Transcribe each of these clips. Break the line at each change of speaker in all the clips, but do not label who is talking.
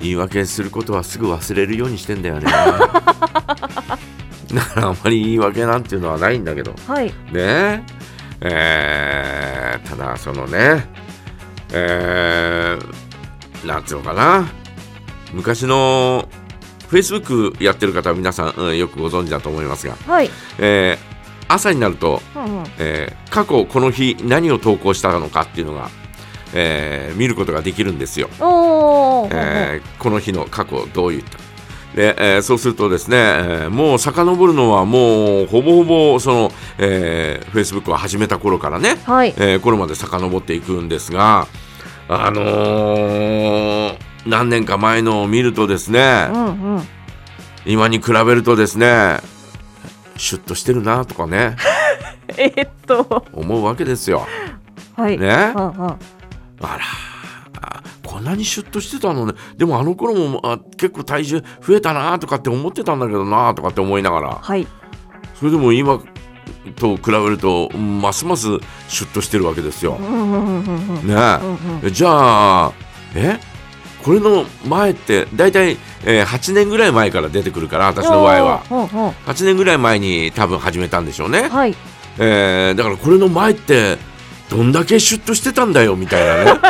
言い訳することはすぐ忘れるようにしてんだよね だからあんまり言い訳なんていうのはないんだけど
はい
ねえーただそのねえーなんつうのかな昔の Facebook やってる方は皆さん、うんよくご存知だと思いますが、
はい
えー朝になると、
うんうん
えー過去この日何を投稿したのかっていうのが、えー見ることができるんですよ。
おー
えーこの日の過去どういったで、えーそうするとですね、えーもう遡るのはもうほぼほぼその、えー、Facebook を始めた頃からね、
はい
えー頃まで遡っていくんですがあのー何年か前のを見るとですね
うんうん
今に比べるとですねシュッとしてるなとかね
えーっと
思うわけですよ。
はい
ね
うんうん
あらあこんなにシュッとしてたのねでもあの頃もあ結構体重増えたなとかって思ってたんだけどなとかって思いながら
はい
それでも今と比べるとますますシュッとしてるわけですよ
う。んうんうんうんうん
ね
うん
えじゃあえこれの前って大体、えー8年ぐらい前から出てくるから私の場合は。
おーうんうん
8年ぐらい前に多分始めたんでしょうね、
はい
えーだからこれの前ってどんだけシュッとしてたんだよみたいなね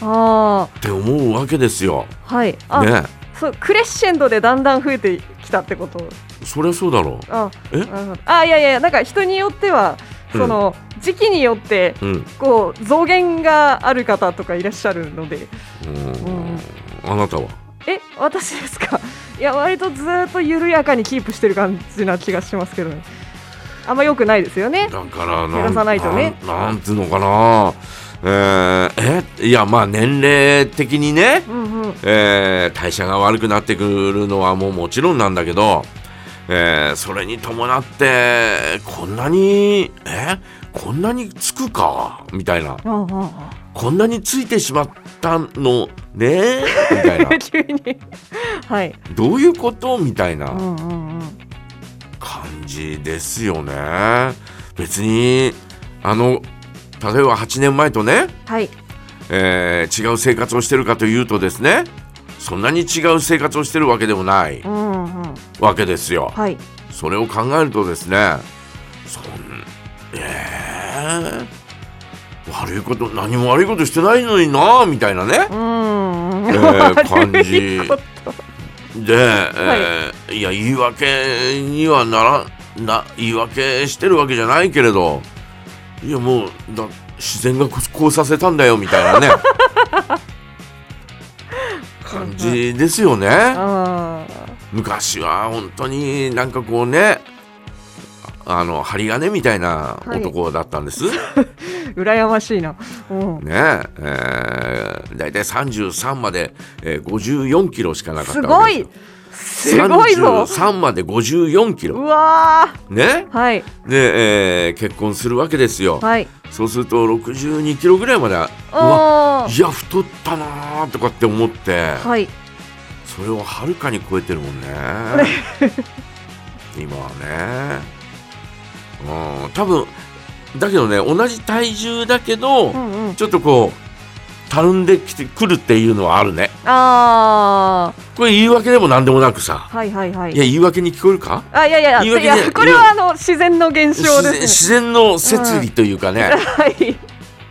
あ
って思うわけですよ。
ーはいあ、
ね
そうクレッシェンドでだんだん増えてきたってこと
そりゃそうだろ
あ
え
なるほどあいやいやなんか人によっては
うん
その、時期によって
う。うん。
こう増減がある方とかいらっしゃるので
うんあなたは。
え私ですか いや割とずーっと緩やかにキープしてる感じな気がしますけどねあんま良くないですよね
だから
減らさないとね
なんなんつうのかな。えーえいやまあ年齢的にね、
うんうん
えー代謝が悪くなってくるのはもうもちろんなんだけど、えーそれに伴ってこんなにえこんなにつくかみたいな
うんうんうん
こんなについてしまったのねみたい な
急にはい
どういうことみたいな。
うんうんうん
感じですよね。別にあの例えば8年前とね、
はい
えー違う生活をしてるかというとですねそんなに違う生活をしてるわけでもない
うんうん
わけですよ。
はい
それを考えるとですねそんえー悪いこと何も悪いことしてないのになみたいなね
うんうん
えー感じ
悪いこと
で、えーい、や言い訳にはならな言い訳してるわけじゃないけれどいやもうだ自然がここうさせたんだよみたいな ね感じですよね
あー
昔は本当になんかこうねああの針金みたいな男だったんです、
羨ましいなうん
ねええー、大体33まで、えー、54キロしかなかった
すご
です
い
よ
すごいぞ
33まで54キ
う
ロ
わ
ね
ーはい
で、えー結婚するわけですよ、
はい
そうすると62キロぐらいまでうわ
あ
いや太ったなーとかって思って
ーはい
それをはるかに超えてるも んね今はねうん多分だけどね同じ体重だけど、
うんうん
ちょっとこうたるんできてくるっていうのはあるね
あー
これ言い訳でも何でもなくさ
はいはいはい
いや言い訳に聞こえるか
あいやいやい
言い訳じ
やい
ゃない
やこれはあの自然の現象
自然
です
自然の摂理というか ね、
ね。はい。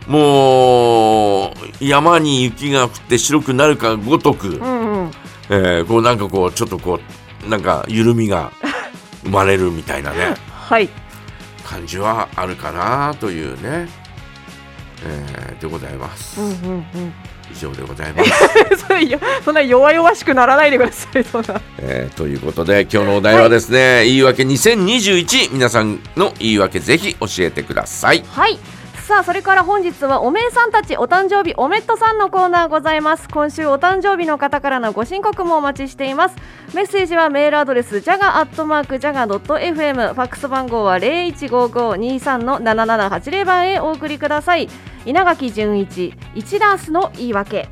もう山に雪が降って白くなるかごとく、
うんうん。
えーこうなんかこうちょっとこうなんか緩み が生まれるみたいなね
はい。
感じはあるかなというね、えーでございます、
うんうんうん。
以上でございます、
それいやそんな弱々しくならないでください。そんな。
えーということで今日のお題はですね、言い訳2021皆さんの言い訳ぜひ教えてください
はい。さあそれから本日はおめえさんたちお誕生日おめっとさんのコーナーございます今週お誕生日の方からのご申告もお待ちしていますメッセージはメールアドレスジャガアットマークジャガ .fm ファックス番号は015523の7780番へお送りください稲垣純一1ダースの言い訳